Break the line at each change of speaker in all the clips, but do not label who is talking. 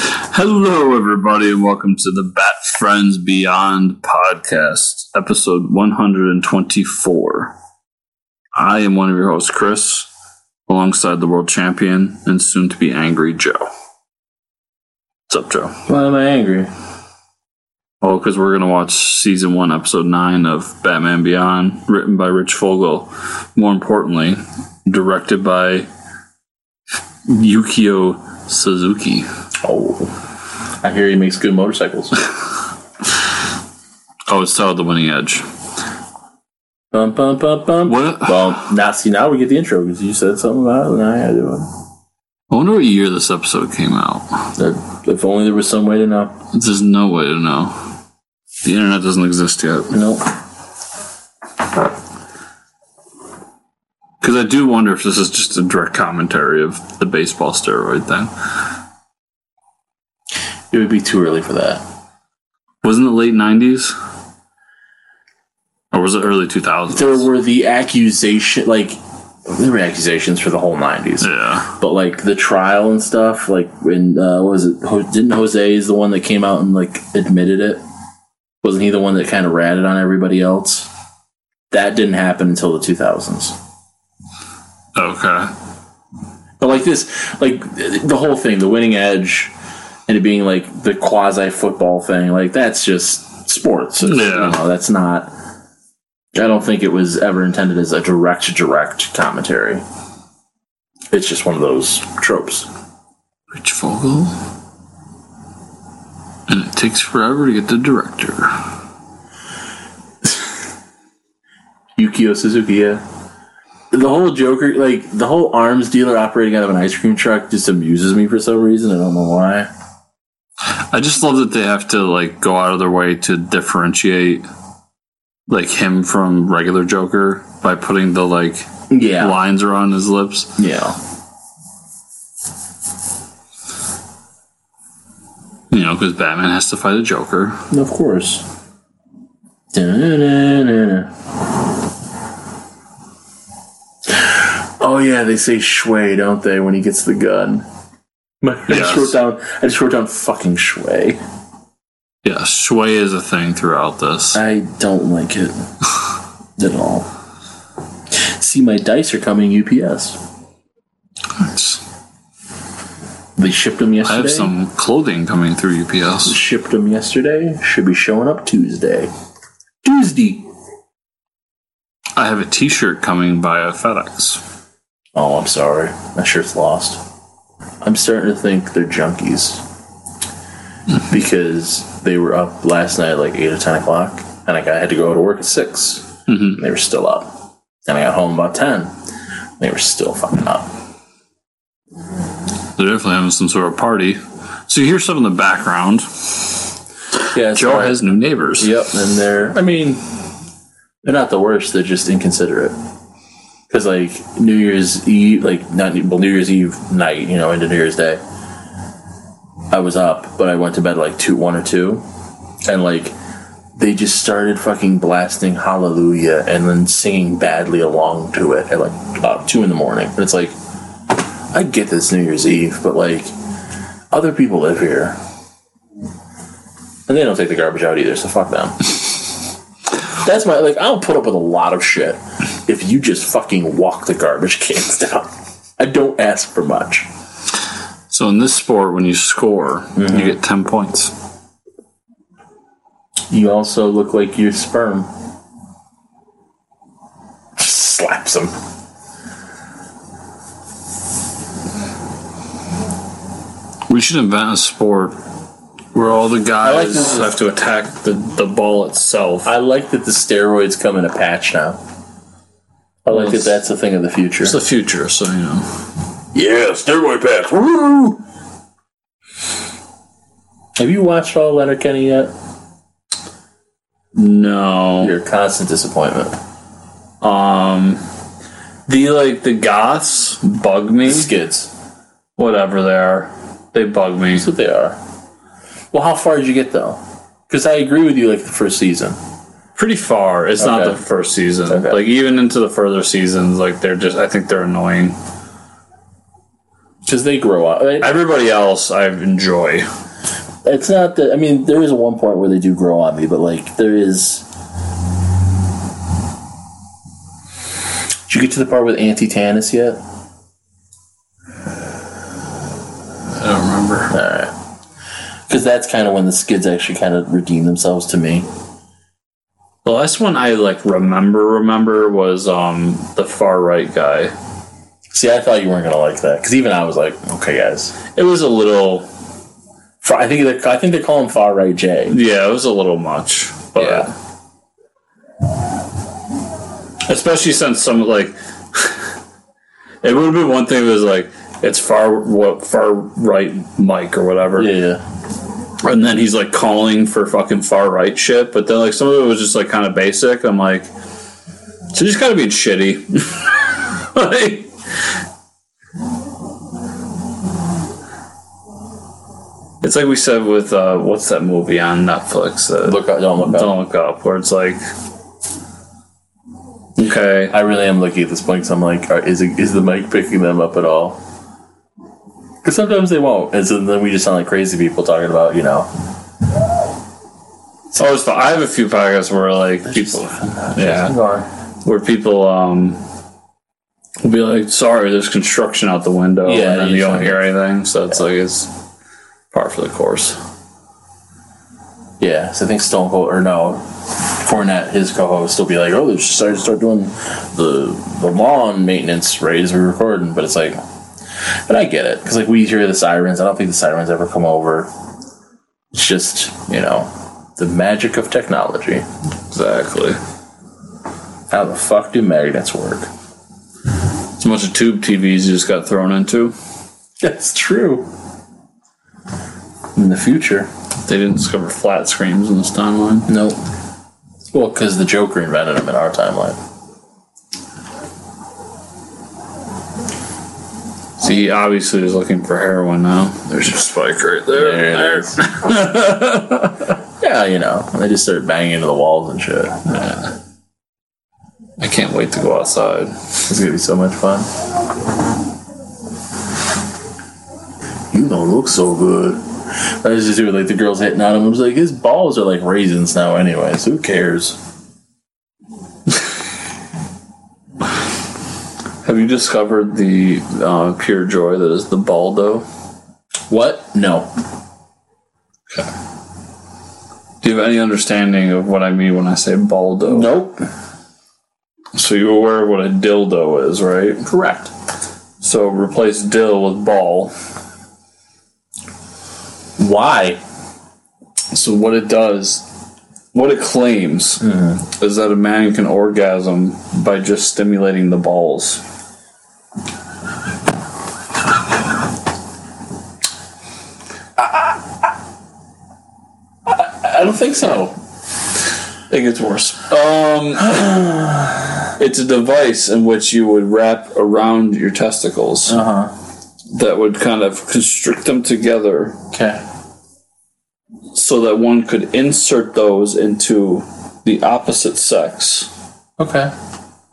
Hello, everybody, and welcome to the Bat Friends Beyond podcast, episode 124. I am one of your hosts, Chris, alongside the world champion and soon to be angry Joe. What's up, Joe?
Why am I angry?
Oh, because we're going to watch season one, episode nine of Batman Beyond, written by Rich Fogel. More importantly, directed by Yukio Suzuki.
Oh, I hear he makes good motorcycles.
Oh, it's titled The Winning Edge.
bum, bum, bum, bum.
What?
Well, now see, now we get the intro because you said something about it, and I had to. uh, do
I wonder what year this episode came out.
it. That- If only there was some way to know.
There's no way to know. The internet doesn't exist yet.
Nope.
Because I do wonder if this is just a direct commentary of the baseball steroid thing.
It would be too early for that.
Wasn't it late 90s? Or was it early 2000s?
There were the accusation, like there were accusations for the whole '90s,
Yeah.
but like the trial and stuff. Like when uh, what was it? Ho- didn't Jose is the one that came out and like admitted it? Wasn't he the one that kind of ratted on everybody else? That didn't happen until the 2000s.
Okay.
But like this, like th- the whole thing, the winning edge, and it being like the quasi football thing, like that's just sports. It's, you
Yeah.
know, that's not. I don't think it was ever intended as a direct, direct commentary. It's just one of those tropes.
Rich Vogel? And it takes forever to get the director.
Yukio Suzuki. Yeah. The whole Joker, like the whole arms dealer operating out of an ice cream truck, just amuses me for some reason. I don't know why.
I just love that they have to like go out of their way to differentiate like him from regular Joker by putting the like
Yeah,
lines around his lips.
yeah.
You know, because Batman has to fight a Joker.
Of course. Da-na-na-na-na. Oh yeah, they say Shway, don't they, when he gets the gun? I
Yes.
just wrote down I just wrote down fucking Shway.
Yeah, sway is a thing throughout this.
I don't like it at all. See my dice are coming UPS.
I
They shipped them yesterday.
have some clothing coming through UPS.
shipped them yesterday. Should be showing up Tuesday. Tuesday.
I have a t shirt coming via FedEx.
Oh, I'm sorry. My shirt's lost. I'm starting to think they're junkies because they were up last night at like 8 or 10 o'clock, and I, got, I had to go to work at 6.
Mhm.
They were still up. And I got home about 10. They were still fucking up.
They're definitely having some sort of party. So you hear stuff in the background.
Yeah,
Joe has new neighbors.
Yep, and they're. I mean, they're not the worst. They're just inconsiderate. Because like New Year's Eve, like not well New Year's Eve night, you know, into New Year's Day, I was up, but I went to bed at, like two, one or two, and like they just started fucking blasting Hallelujah and then singing badly along to it at like about two in the morning, and it's like. I get this New Year's Eve, but like, other people live here. And they don't take the garbage out either, so fuck them. That's my like. I'll put up with a lot of shit if you just fucking walk the garbage cans down. I don't ask for much.
So in this sport, when you score, you get 10 points.
You also look like your sperm. Just slaps him.
We should invent a sport where all the guys
like this.
have to attack the, the ball itself.
I like that the steroids come in a patch now. I like that. That's a thing of the future.
it's the future, so you know.
Yeah, steroid patch. Woo! Have you watched all Leonard Kenny yet?
No.
You're a constant disappointment.
Um, the like the goths bug me.
Skids.
Whatever they are, they bug me.
That's what they are. Well, how far did you get though? Because I agree with you, like the first season.
Pretty far. It's not
Okay.
the first season.
Okay.
Like even into the further seasons, like they're just. I think they're annoying.
Because they grow up. I mean,
Everybody else, I enjoy.
it's not that. I mean, there is one point where they do grow on me, but like there is. Did you get to the part with Auntie Tanis yet?
I don't remember.
Because that's kind of when the skids actually kind of redeem themselves to me.
The last one I like remember remember was um the far right guy.
See, I thought you weren't gonna like that because even I was like, okay, guys.
It was a little
Far- I think they I think they call him Far Right J.
yeah, it was a little much. But especially since some like it would have been one thing if it was like it's far what far right Mike or whatever.
yeah,
and then he's like calling for fucking far right shit. But then like some of it was just like kind of basic. I'm like, so you just kind of being shitty. like, it's like we said with uh, what's that movie on Netflix? Uh,
look up, don't look up.
Don't look up. Where it's like, okay,
I really am looking at this point because I'm like, are, is it, is the mic picking them up at all? Because sometimes they won't, and so then we just sound like crazy people talking about you know.
oh, it's the, I have a few podcasts where like people, yeah. where people um will be like, "Sorry, there's construction out the window,"
Yeah,
and then
you
you don't
sound-
hear anything. So it's like it's par for the course.
Yeah, so I think Stone Cold or no, Fournette, his co-host, will be like, "Oh, they should start, start doing the the lawn maintenance right as we're recording." But it's like, but I get it because like we hear the sirens. I don't think the sirens ever come over. It's just you know the magic of technology.
Exactly.
How the fuck do magnets work?
It's a bunch of tube TVs you just got thrown into.
That's true. In the future,
They didn't discover flat screens in this timeline.
nope. Well, because the Joker invented them in our timeline.
See, he obviously is looking for heroin now. There's your spike right there.
There it is. Yeah, you know, they just start banging into the walls and shit.
I can't wait to go outside.
It's gonna be so much fun. You don't look so good. I was just doing like the girls hitting on him. I was like, his balls are like raisins now, anyways. Who cares?
Have you discovered the uh, pure joy that is the Baldo?
What? No.
Do you have any understanding of what I mean when I say Baldo?
Nope.
So you're aware of what a dildo is, right?
Correct.
So replace dill with ball.
Why?
So what it does, what it claims, is that a man can orgasm by just stimulating the balls.
I don't think so.
It gets worse. Um, it's a device in which you would wrap around your testicles
Uh huh.
that would kind of constrict them together,
Okay.
so that one could insert those into the opposite sex.
Okay.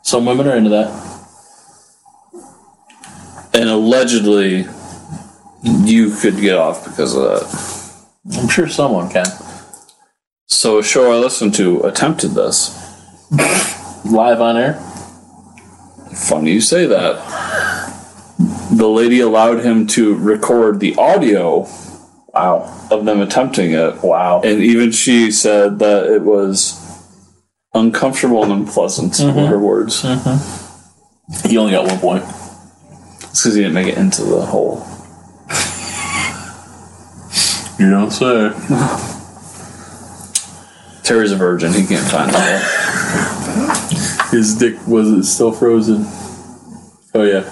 Some women are into that.
And allegedly, you could get off because of that.
I'm sure someone can.
So a show I listened to attempted this.
Live on air.
Funny you say that. The lady allowed him to record the audio
Wow.
of them attempting it,
Wow.
and even she said that it was uncomfortable and unpleasant. Were her words.
You only got one point.
It's because he didn't make it into the whole.
You don't say.
Terry's a virgin; he can't find it.
His dick was it still frozen? Oh yeah.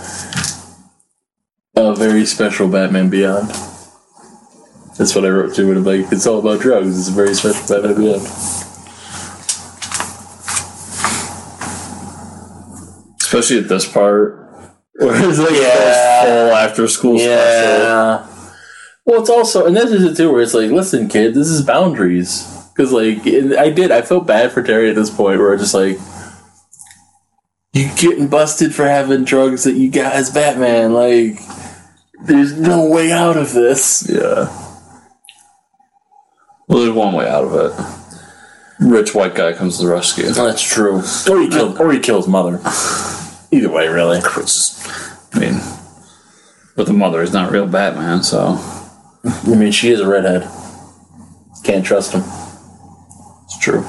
A very special Batman Beyond. That's what I wrote to it. I'm like, it's all about drugs. It's a very special Batman Beyond.
Especially at this part, where it's like
Yeah.
yeah. full after school special.
Well, it's also, and this is it too, where it's like, listen, kid, this is boundaries. Because like, and I did, I felt bad for Terry at this point, where it's just like, you getting busted for having drugs that you got as Batman. Like, there's no way out of this.
Yeah, Well, there's one way out of it. Rich white guy comes to the rescue.
That's true. Or he killed. Or he killed his mother. Either way, really.
I mean, but the mother is not real Batman, so
I mean, she is a redhead. Can't trust him.
it's true.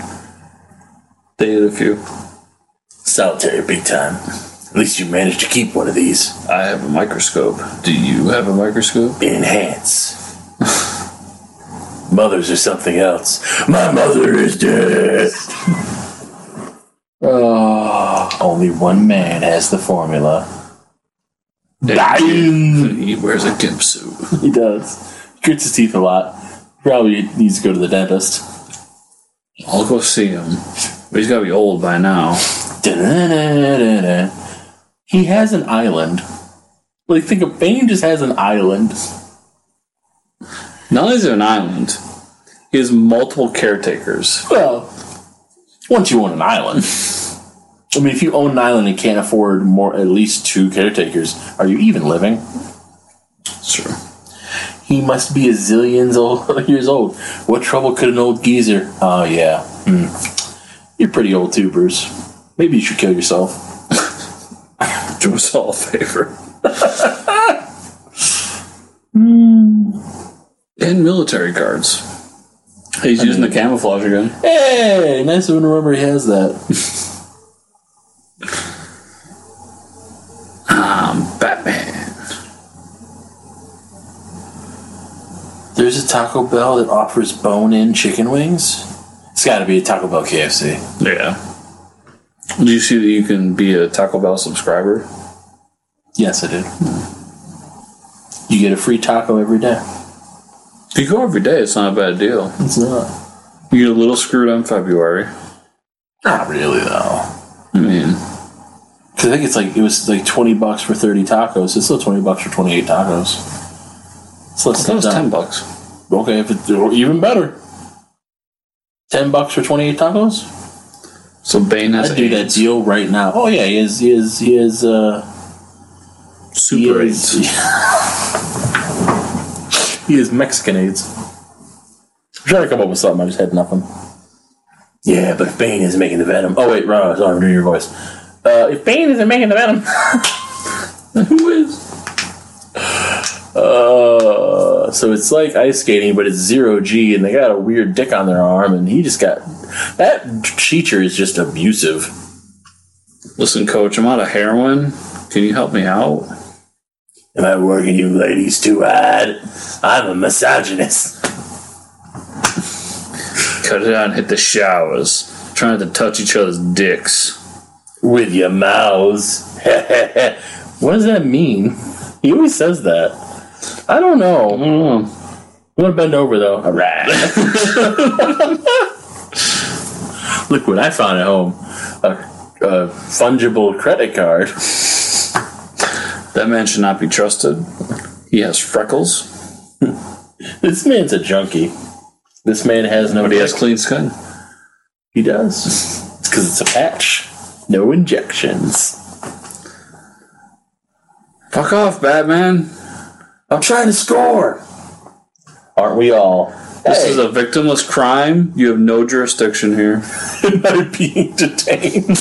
Dated a few.
Solitary, big time. At least you managed to keep one of these.
I have a microscope. Do you have a microscope?
Enhance. Mothers are something else. My mother is dead. Only one man has the formula. Dying.
He wears a gimp suit.
He does. He grits his teeth a lot. Probably needs to go to the dentist.
I'll go see him. But he's got to be old by now.
Da-da-da-da-da. He has an island. Like, think of Bane just has an island.
Not only is it an island, he has multiple caretakers.
Well, once you own an island, I mean, if you own an island and can't afford more, at least two caretakers, are you even living?
Sure.
He must be a zillions old, years old. What trouble could an old geezer? Oh yeah, Hmm. you're pretty old too, Bruce. Maybe you should kill yourself.
Do us all a favor. Hmm. and military guards. He's using the camouflage again.
Hey, nice of him to remember he has that.
Batman.
There's a Taco Bell that offers bone-in chicken wings. It's got to be a Taco Bell KFC.
Yeah. Do you see that you can be a Taco Bell subscriber?
Yes, I did. You get a free taco every day.
If you go every day, it's not a bad deal.
It's not.
You get a little screwed on February.
Not really though.
I mean,
Cause I think it's like it was like twenty bucks for thirty tacos. It's still twenty bucks for twenty eight tacos. So let's
that was
step down.
ten bucks.
Okay, if it, or even better. Ten bucks for twenty eight tacos.
So Bane has
I'd do that deal right now. Oh yeah, he is. He is. He is. Uh, he
super
is.
eights.
he is Mexican AIDS. I'm trying to come up with something. I just had nothing. Yeah, but if Bane isn't making the venom. Oh wait, wrong. Sorry, I'm doing your voice. Uh, if Bane isn't making the venom, who is? Uh, so it's like ice skating, but it's zero G, and they got a weird dick on their arm, and he just got that teacher is just abusive.
Listen, coach, I'm out of heroin. Can you help me out?
Am I working you ladies too hard? I'm a misogynist.
Cut it out and hit the showers. Trying to touch each other's dicks.
With your mouths. what does that mean? He always says that. I don't know. I'm
Mm.
gonna bend over though. Alright. Look what I found at home. A, a fungible credit card.
That man should not be trusted. He has freckles,
This man's a junkie. This man has no
but he has clean skin.
He does. It's because it's a patch. No injections.
Fuck off, Batman.
I'm trying to score. Aren't we all?
This is a victimless crime. You have no jurisdiction here.
I'm being detained.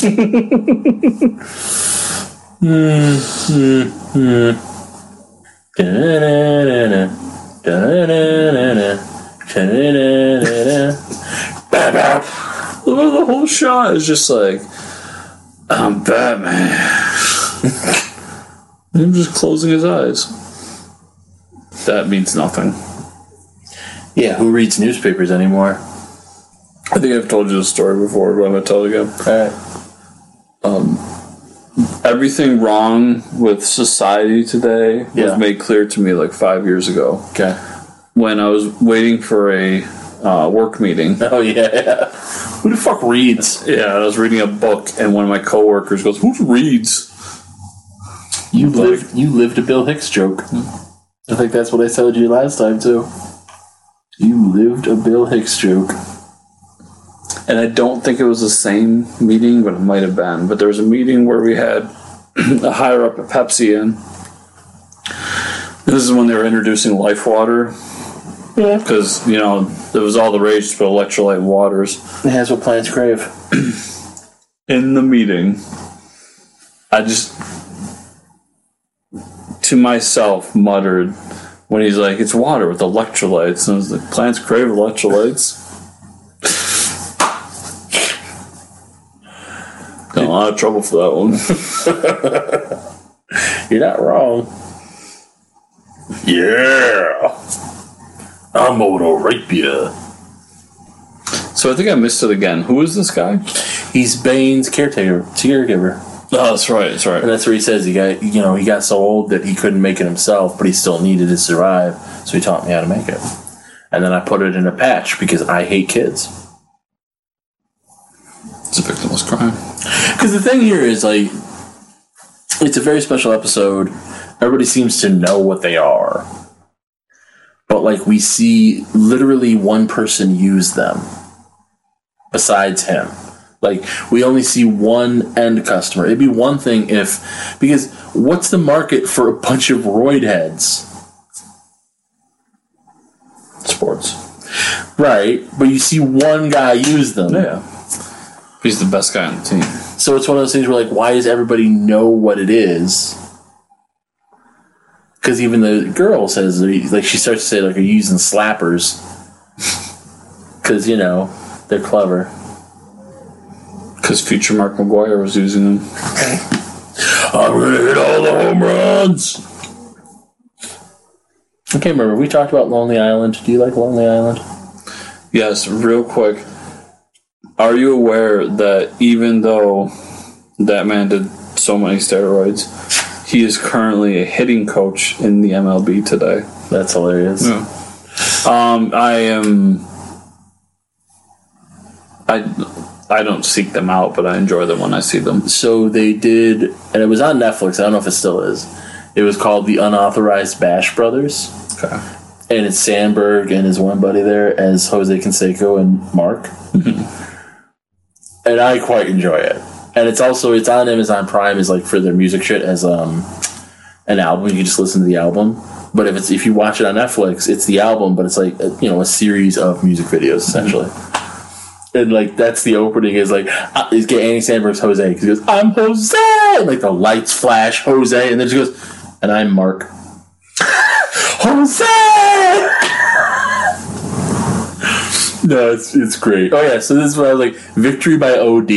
Hmm,
Well, The whole shot is just like, I'm Batman. Him just closing his eyes. That means nothing.
Yeah, who reads newspapers anymore?
I think I've told you this story before, but I'm gonna tell it again.
Alright.
Everything wrong with society today
Yeah.
was made clear to me like five years ago
Okay.
when I was waiting for a uh, work meeting.
Oh, yeah. Who the fuck reads?
Yeah, I was reading a book, and one of my coworkers goes, "Who reads?"
You lived, you lived a Bill Hicks joke. I think that's what I told you last time, too. You lived a Bill Hicks joke.
and I don't think it was the same meeting, but it might have been. But there was a meeting where we had a higher up at Pepsi in. This is when they were introducing Life Water,
Yeah.
because you know there was all the rage for electrolyte waters
It has what plants crave.
in the meeting. I just to myself muttered when he's like, "It's water with electrolytes," and I was like, "Plants crave electrolytes." Got in a lot of trouble for that one.
You're not wrong. Yeah. I'm gonna rape you.
So I think I missed it again. Who is this guy?
He's Bane's caretaker, caregiver.
Oh, that's right. That's
And
right.
that's where he says he got you know he got so old that he couldn't make it himself, but he still needed to survive. So he taught me how to make it. And then I put it in a patch because I hate kids.
It's a victimless crime.
Because the thing here is like, it's a very special episode. Everybody seems to know what they are, but like we see literally one person use them. Besides him, like we only see one end customer. It'd be one thing if because what's the market for a bunch of roid heads?
Sports.
Right, but you see one guy use them.
Yeah. He's the best guy on the team.
So it's one of those things where, like, why does everybody know what it is? Because even the girl says, like, she starts to say, like, are you using slappers? Because, you know, they're clever.
Because future Mark McGuire was using him.
I'm going to hit all the home runs! Okay, remember, we talked about Lonely Island. Do you like Lonely Island?
Yes, real quick. Are you aware that even though that man did so many steroids, he is currently a hitting coach in the MLB today?
That's hilarious.
Yeah. Um, I am. I I don't seek them out, but I enjoy them when I see them.
So they did, and it was on Netflix. I don't know if it still is. It was called The Unauthorized Bash Brothers.
Okay.
and it's Sandberg and his one buddy there as Jose Canseco and Mark. and I quite enjoy it. And it's also it's on Amazon Prime is like for their music shit as um an album. You can just listen to the album. But if it's if you watch it on Netflix, it's the album, but it's like a, you know a series of music videos essentially. And like that's the opening is like uh, is get Andy Sandberg's Jose because he goes I'm Jose and, like the lights flash Jose and then she goes and I'm Mark Jose no, it's it's great. Oh yeah, so this is what I was like. Victory by OD.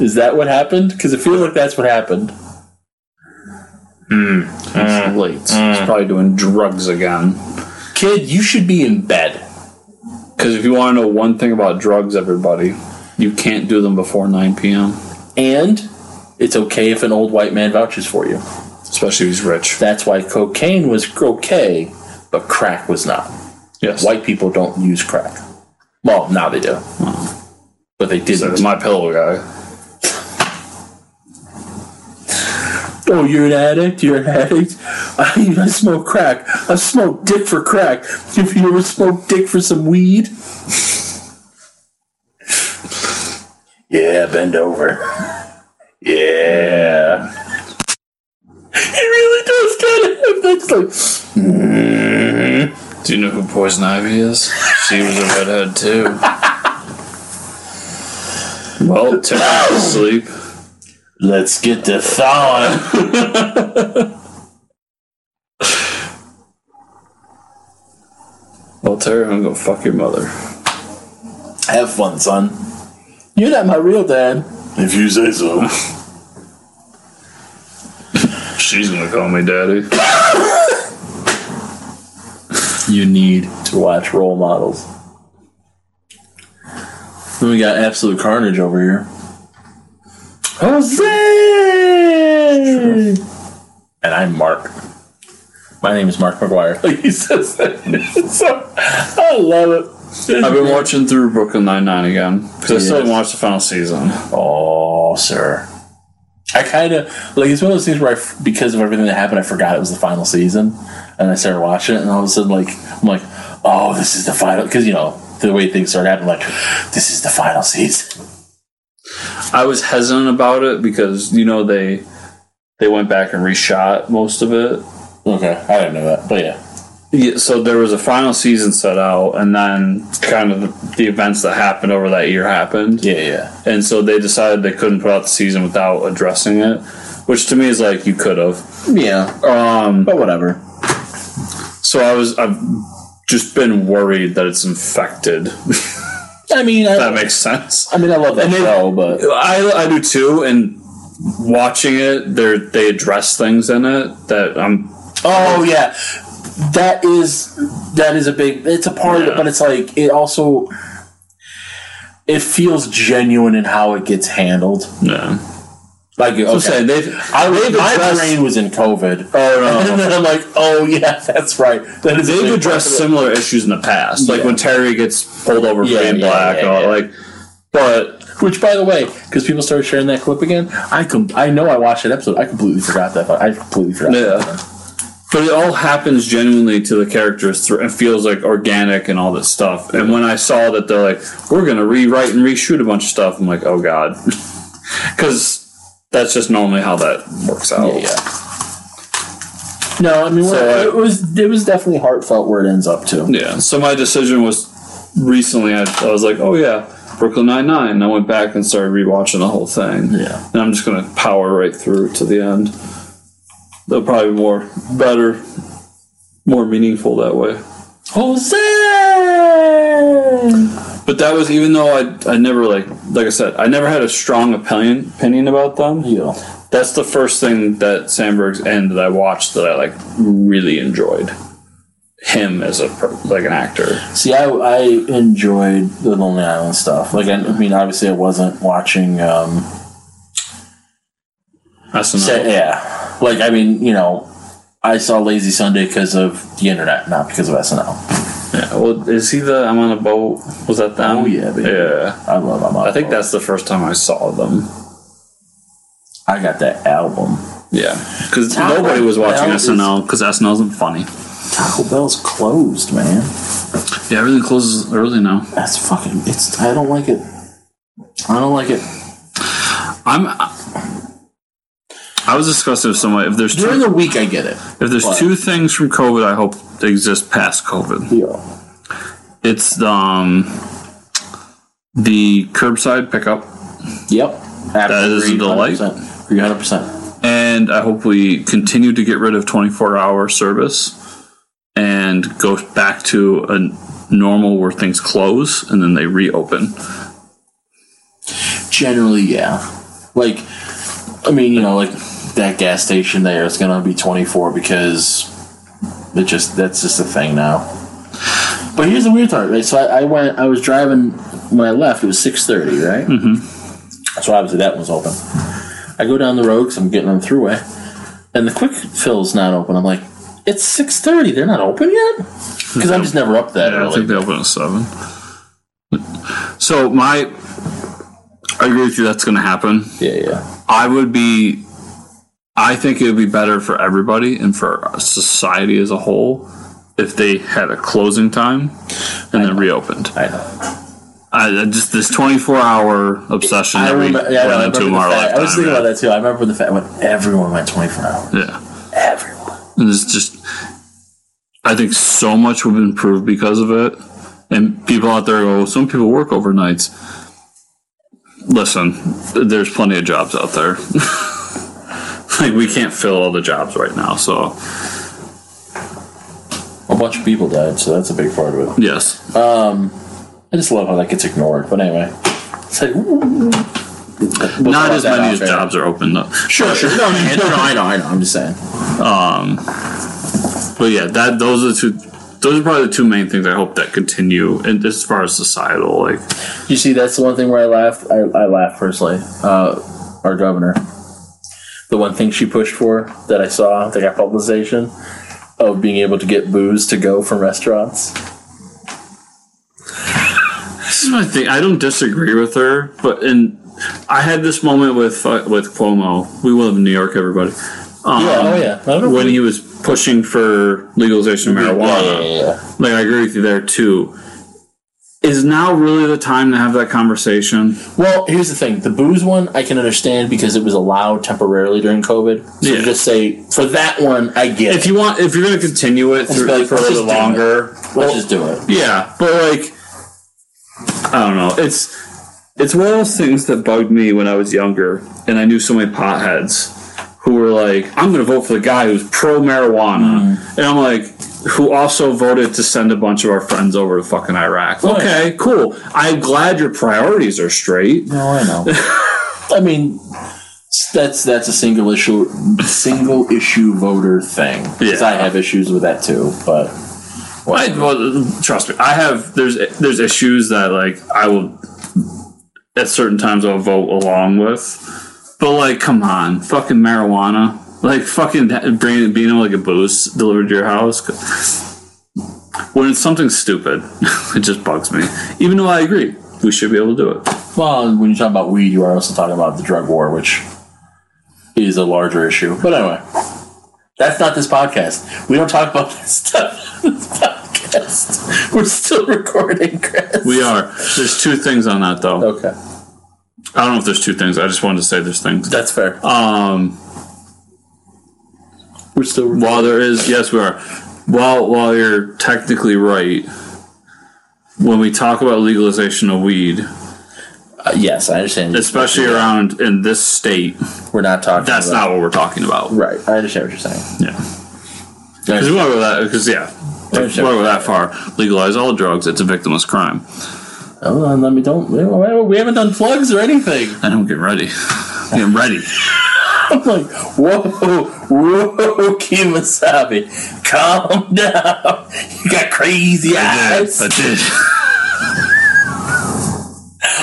Is that what happened? Because it feels like that's what happened.
It's late. He's probably doing drugs again.
Kid, you should be in bed.
Because if you want to know one thing about drugs, everybody, you can't do them before 9 p.m.,
And it's okay if an old white man vouches for you.
especially if he's rich.
That's why cocaine was okay, but crack was not.
Yes.
White people don't use crack. Well, now they do. But they didn't.
my pillow guy.
Oh, you're an addict? You're an addict? I, I smoke crack. I smoke dick for crack. If you ever smoke dick for some weed. yeah, bend over. Yeah. He really does kind of have that just like,
Do you know who Poison Ivy is? She was a redhead too. well, Tim's asleep.
let's get the thawing.
Well, Terry, I'm gonna fuck your mother.
Have fun, son. You're not my real dad. If you say so.
She's gonna call me daddy.
you need to watch role models. Then we got absolute carnage over here. Jose, and I'm Mark. My name is Mark McGuire. Like he says that. It's so, I love it.
I've been watching through Brooklyn Nine Nine again because I still haven't watched the final season.
Oh, sir. I kind of like it's one of those things where I, f- because of everything that happened, I forgot it was the final season, and I started watching it, and all of a sudden, like I'm like, oh, this is the final, because you know the way things started happening, like this is the final season.
I was hesitant about it because you know they they went back and reshot most of it.
Okay, I didn't know that, but yeah,
Yeah, so there was a final season set out, and then kind of the, the events that happened over that year happened.
Yeah, yeah.
And so they decided they couldn't put out the season without addressing it, which to me is like, you could have.
Yeah.
Um,
But whatever.
so I was, I've just been worried that it's infected. if
I mean,
that
I,
makes sense.
I mean, I love that
And then-
show, but
I, I do too, and watching it, they they address things in it that I'm.
Oh yeah, that is that is a big. It's a part of
Yeah.
it, but it's like it also. It feels genuine in how it gets handled.
Yeah.
Like okay,
saying they've-
I was,
they've
my
addressed-
brain was in COVID,
Oh
and then I'm like, oh yeah, that's right. That is a
They've
big
addressed
part
similar issues in the past, like
Yeah.
when Terry gets pulled over for
Yeah,
being
yeah,
black,
yeah,
and all-
yeah.
like. But
of it. Which, by the way, because people started sharing that clip again, I com- I know I watched that episode. I completely forgot that. I completely forgot.
yeah, but it all happens genuinely to the characters. Through, it feels like organic and all that stuff. And when I saw that they're like, we're gonna rewrite and reshoot a bunch of stuff, I'm like, oh god, because that's just normally how that works out.
Yeah, yeah. No, I mean
Oh. So, uh,
it was it was definitely heartfelt where it ends up to.
Yeah. So my decision was recently. I, I was like, oh yeah, Brooklyn Nine Nine. And I went back and started rewatching the whole thing.
Yeah.
And I'm just gonna power right through to the end. They'll probably be more better, more meaningful that way.
Jose.
But that was even though I I never like like I said I never had a strong opinion opinion about them.
Yeah.
That's the first thing that Sandberg's end that I watched that I like really enjoyed. Him as a per- like an actor.
See, I, I enjoyed the Lonely Island stuff. Like, I, I mean, obviously, I wasn't watching. Um,
That's another-
say- yeah, like I mean, you know, I saw Lazy Sunday because of the internet, not because of SNL.
Yeah, well, is he the I'm on a boat? Was that them?
Oh, yeah, baby.
yeah.
I love. I'm
I think that's the first time I saw them.
I got that album.
Yeah, because
Taco
nobody was watching
Bell
SNL because SNL isn't funny.
Taco Bell's closed, man.
Yeah, everything closes early now.
That's fucking. It's. I don't like it. I don't like it.
I'm. I was discussing with somebody if there's
During
two,
the week, I get it.
if there's
What?
two things from COVID I hope they exist past COVID.
Yeah.
It's um the curbside pickup,
Yep.
That is a delight.
Three hundred percent.
and I hope we continue to get rid of 24 hour service and go back to a normal where things close and then they reopen.
Generally, yeah. Like, I mean, you know, like that gas station there is gonna be twenty four because it just that's just a thing now. But here's the weird part, right? So I, I went, I was driving when I left. It was six thirty, right? Mm-hmm. So obviously that was open. I go down the road because I'm getting on the throughway, and the quick fill's not open. I'm like, it's six thirty. They're not open yet because I'm just never up that
Yeah, I think
early.
they open at seven. So my, I agree with you. That's going to happen.
Yeah, yeah.
I would be, I think it would be better for everybody and for society as a whole if they had a closing time and then reopened.
I know.
I, I just this twenty-four hour obsession
I
that we
remember. Yeah, I
went
remember
into
the
in our
fact-
lifetime.
I was thinking
yeah.
about that too. I remember the fact when everyone went 24 hours.
Yeah.
Everyone.
And it's just, I think so much would improve because of it. And people out there go, some people work overnights. Listen, there's plenty of jobs out there. like, we can't fill all the jobs right now. So,
A bunch of people died, so that's a big part of it.
yes.
I just love how that gets ignored. But anyway, it's like
Not as many as jobs are open, though.
Sure, sure. No, no, no, I know, I know. I'm just saying.
But yeah, that those are the two. Those are probably the two main things I hope that continue, and as far as societal, like
You see, that's the one thing where I laughed. I, I laughed personally. Uh, our governor. The one thing she pushed for that I saw that got publicization of being able to get booze to go from restaurants.
This is my thing. I don't disagree with her, but and I had this moment with uh, with Cuomo. We live in New York, everybody. Um,
Oh, yeah. I don't know.
When he was pushing for legalization of
Yeah,
marijuana,
yeah, yeah.
like I agree with you there too. Is now really the time to have that conversation?
Well, here's the thing: the booze one I can understand because it was allowed temporarily during COVID. So
Yeah.
you just say for that one, I get
If
it.
you want, if you're going to continue it through,
like,
for a
let's
little
just do it.
longer,
Let's just do it.
Yeah, but like, I don't know. It's it's one of those things that bugged me when I was younger, and I knew so many potheads who were like, "I'm going to vote for the guy who's pro marijuana," and I'm like, who also voted to send a bunch of our friends over to fucking Iraq.
Right.
Okay, cool. I'm glad your priorities are straight.
No, I know. I mean, that's that's a single issue, single issue voter thing. 'Cause
Yeah.
I have issues with that too. But
I, well, trust me, I have there's there's issues that like I will at certain times I'll vote along with, but like come on, fucking marijuana, like fucking bringing being able to get booze delivered to your house when it's something stupid, it just bugs me. Even though I agree, we should be able to do it.
well, when you talk about weed, you are also talking about the drug war, which is a larger issue. But anyway, that's not this podcast. We don't talk about this stuff. on this podcast. We're still recording, Chris.
We are. There's two things on that though.
okay.
I don't know if there's two things. I just wanted to say there's things.
That's fair.
Um.
We're still recording.
While there is, yes, we are. While while you're technically right, when we talk about legalization of weed,
Uh, yes, I understand.
especially around in this state,
We're not talking.
that's
about-
not what we're talking about.
right. I understand what you're saying.
Yeah, because we want to go that. Because yeah,
Right,
if we
sure.
want to go that far. Legalize all drugs. It's a victimless crime.
Hold on, let me don't. Oh, we- we- We haven't done plugs or anything.
I don't get ready. Get ready.
I'm like, whoa, whoa, Kimasabi, calm down. You got crazy
I did.
eyes.
I did.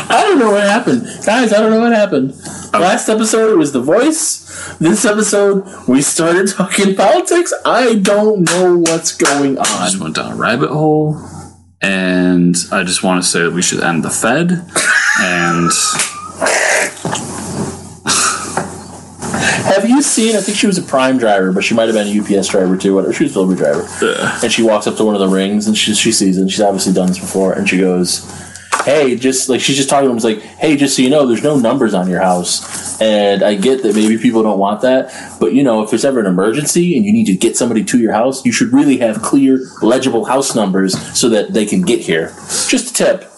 I don't know what happened, guys. I don't know what happened. Last episode it was the voice. This episode we started talking politics. I don't know what's going
I
on.
just went down a rabbit hole, and I just want to say that we should end the Fed and.
Have you seen? I think she was a prime driver, but she might have been a UPS driver too. Whatever. She was a delivery driver.
Uh,
and she walks up to one of the rings and she, she sees it and she's obviously done this before and she goes hey just like she's just talking to him it's like hey just so you know there's no numbers on your house and i get that maybe people don't want that but you know if there's ever an emergency and you need to get somebody to your house you should really have clear legible house numbers so that they can get here just a tip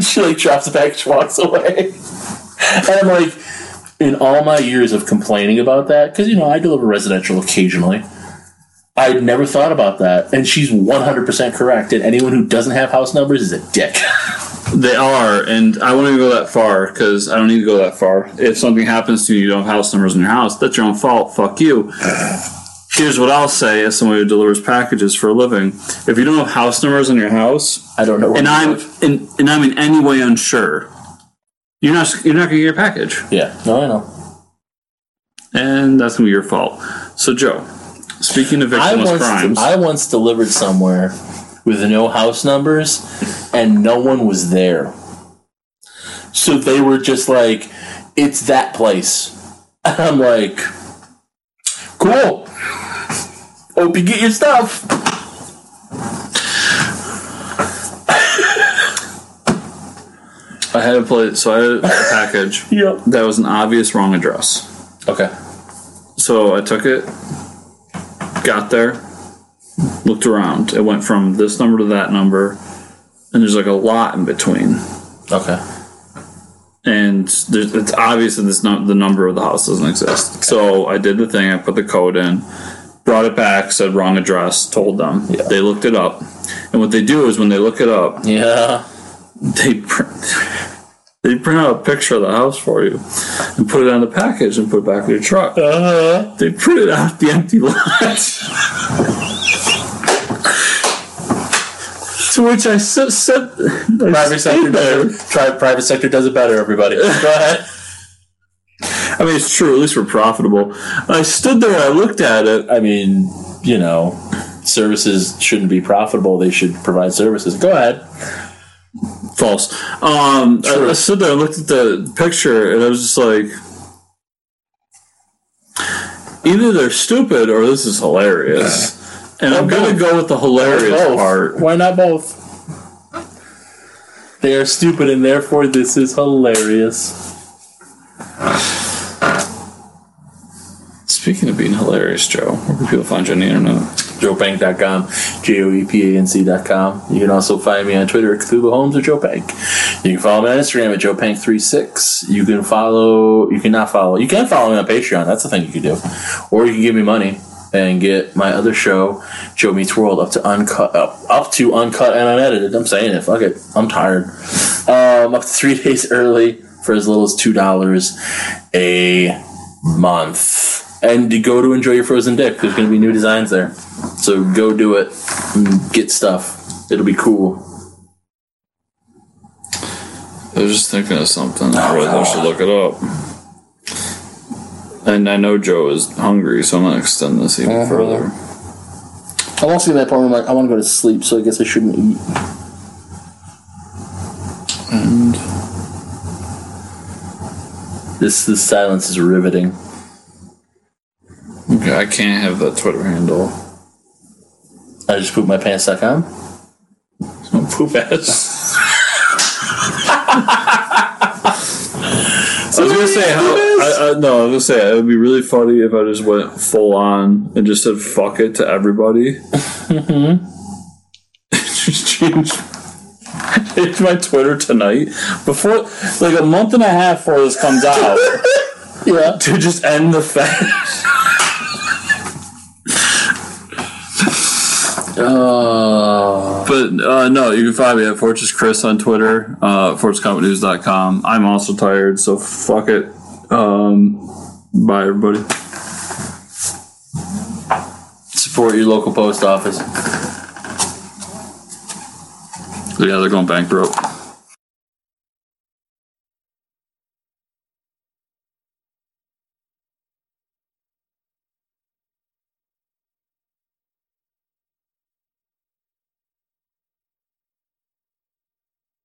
she like drops the package walks away and i'm like in all my years of complaining about that because you know i deliver residential occasionally I'd never thought about that. And she's 100% correct. And anyone who doesn't have house numbers is a dick.
They are, and I won't even go that far because I don't need to go that far. If something happens to you, you don't have house numbers in your house, that's your own fault. Fuck you. Here's what I'll say as someone who delivers packages for a living: If you don't have house numbers in your house,
I don't know. where
and
to
I'm
go.
and, and I'm in any way unsure, you're not you're not gonna get your package,
Yeah. No, I know.
and that's gonna be your fault. So, Joe, speaking of
I
victimless
once,
crimes,
I once delivered somewhere with no house numbers and no one was there. So they were just like, it's that place. And I'm like, cool. Hope you get your stuff.
I had a plate, so I had a package
Yep.
that was an obvious wrong address.
Okay.
So I took it, got there, looked around. It went from this number to that number, and there's like a lot in between.
Okay.
And there's, it's obvious that this num- the number of the house doesn't exist. So I did the thing. I put the code in, brought it back, said wrong address, told them.
Yeah.
They looked it up, and what they do is when they look it up,
Yeah.
they print. They print out a picture of the house for you and put it on the package and put it back in your truck.
Uh-huh.
They printed out the empty lot. to which I said, said
Private sector, does it, tri- private sector does it better, everybody. Go ahead.
I mean, it's true. At least we're profitable. I stood there. I looked at it.
I mean, you know, services shouldn't be profitable. They should provide services. Go ahead.
False. Um, I,
True.
I stood there and looked at the picture, and I was just like, either they're stupid or this is hilarious. And I'm
Or
gonna
both.
go with the hilarious
Both.
part.
Why not both? They are stupid, and therefore this is hilarious.
Speaking of being hilarious, Joe, where can people find you on the internet?
JoeBank.com, J O E P A N C.com. You can also find me on Twitter at Cthulhu Holmes or Joe Pank. You can follow me on Instagram at JoePank36. You can follow, you cannot follow, you can follow me on Patreon. That's the thing you can do. Or you can give me money and get my other show, Joe Meets World, up to uncut, up, up to uncut and unedited. I'm saying it. Fuck it. I'm tired. Um, up to three days early for as little as $2 a month. And to go to enjoy your frozen dick. There's going to be new designs there. So go do it. and Get stuff. It'll be cool.
I was just thinking of something. I really I should look it up. And I know Joe is hungry, so I'm gonna extend this even
Uh-huh.
further.
I'm also in that part where I'm like, I want to go to sleep, so I guess I shouldn't eat.
And
This this silence is riveting.
okay, I can't have that Twitter handle.
I just pooped my pants.com.
Poop ass. I was gonna say how, I, I, no. I was gonna say it would be really funny if I just went full on and just said "fuck it" to everybody. just change change my Twitter tonight before, like a month and a half before this comes out,
Yeah.
to just end the fact.
Oh.
But uh, no, you can find me at Fortress Chris on Twitter, uh, FortressComicNews.com. I'm also tired, so fuck it. Um, bye, everybody.
Support your local post office.
Yeah, they're going bankrupt.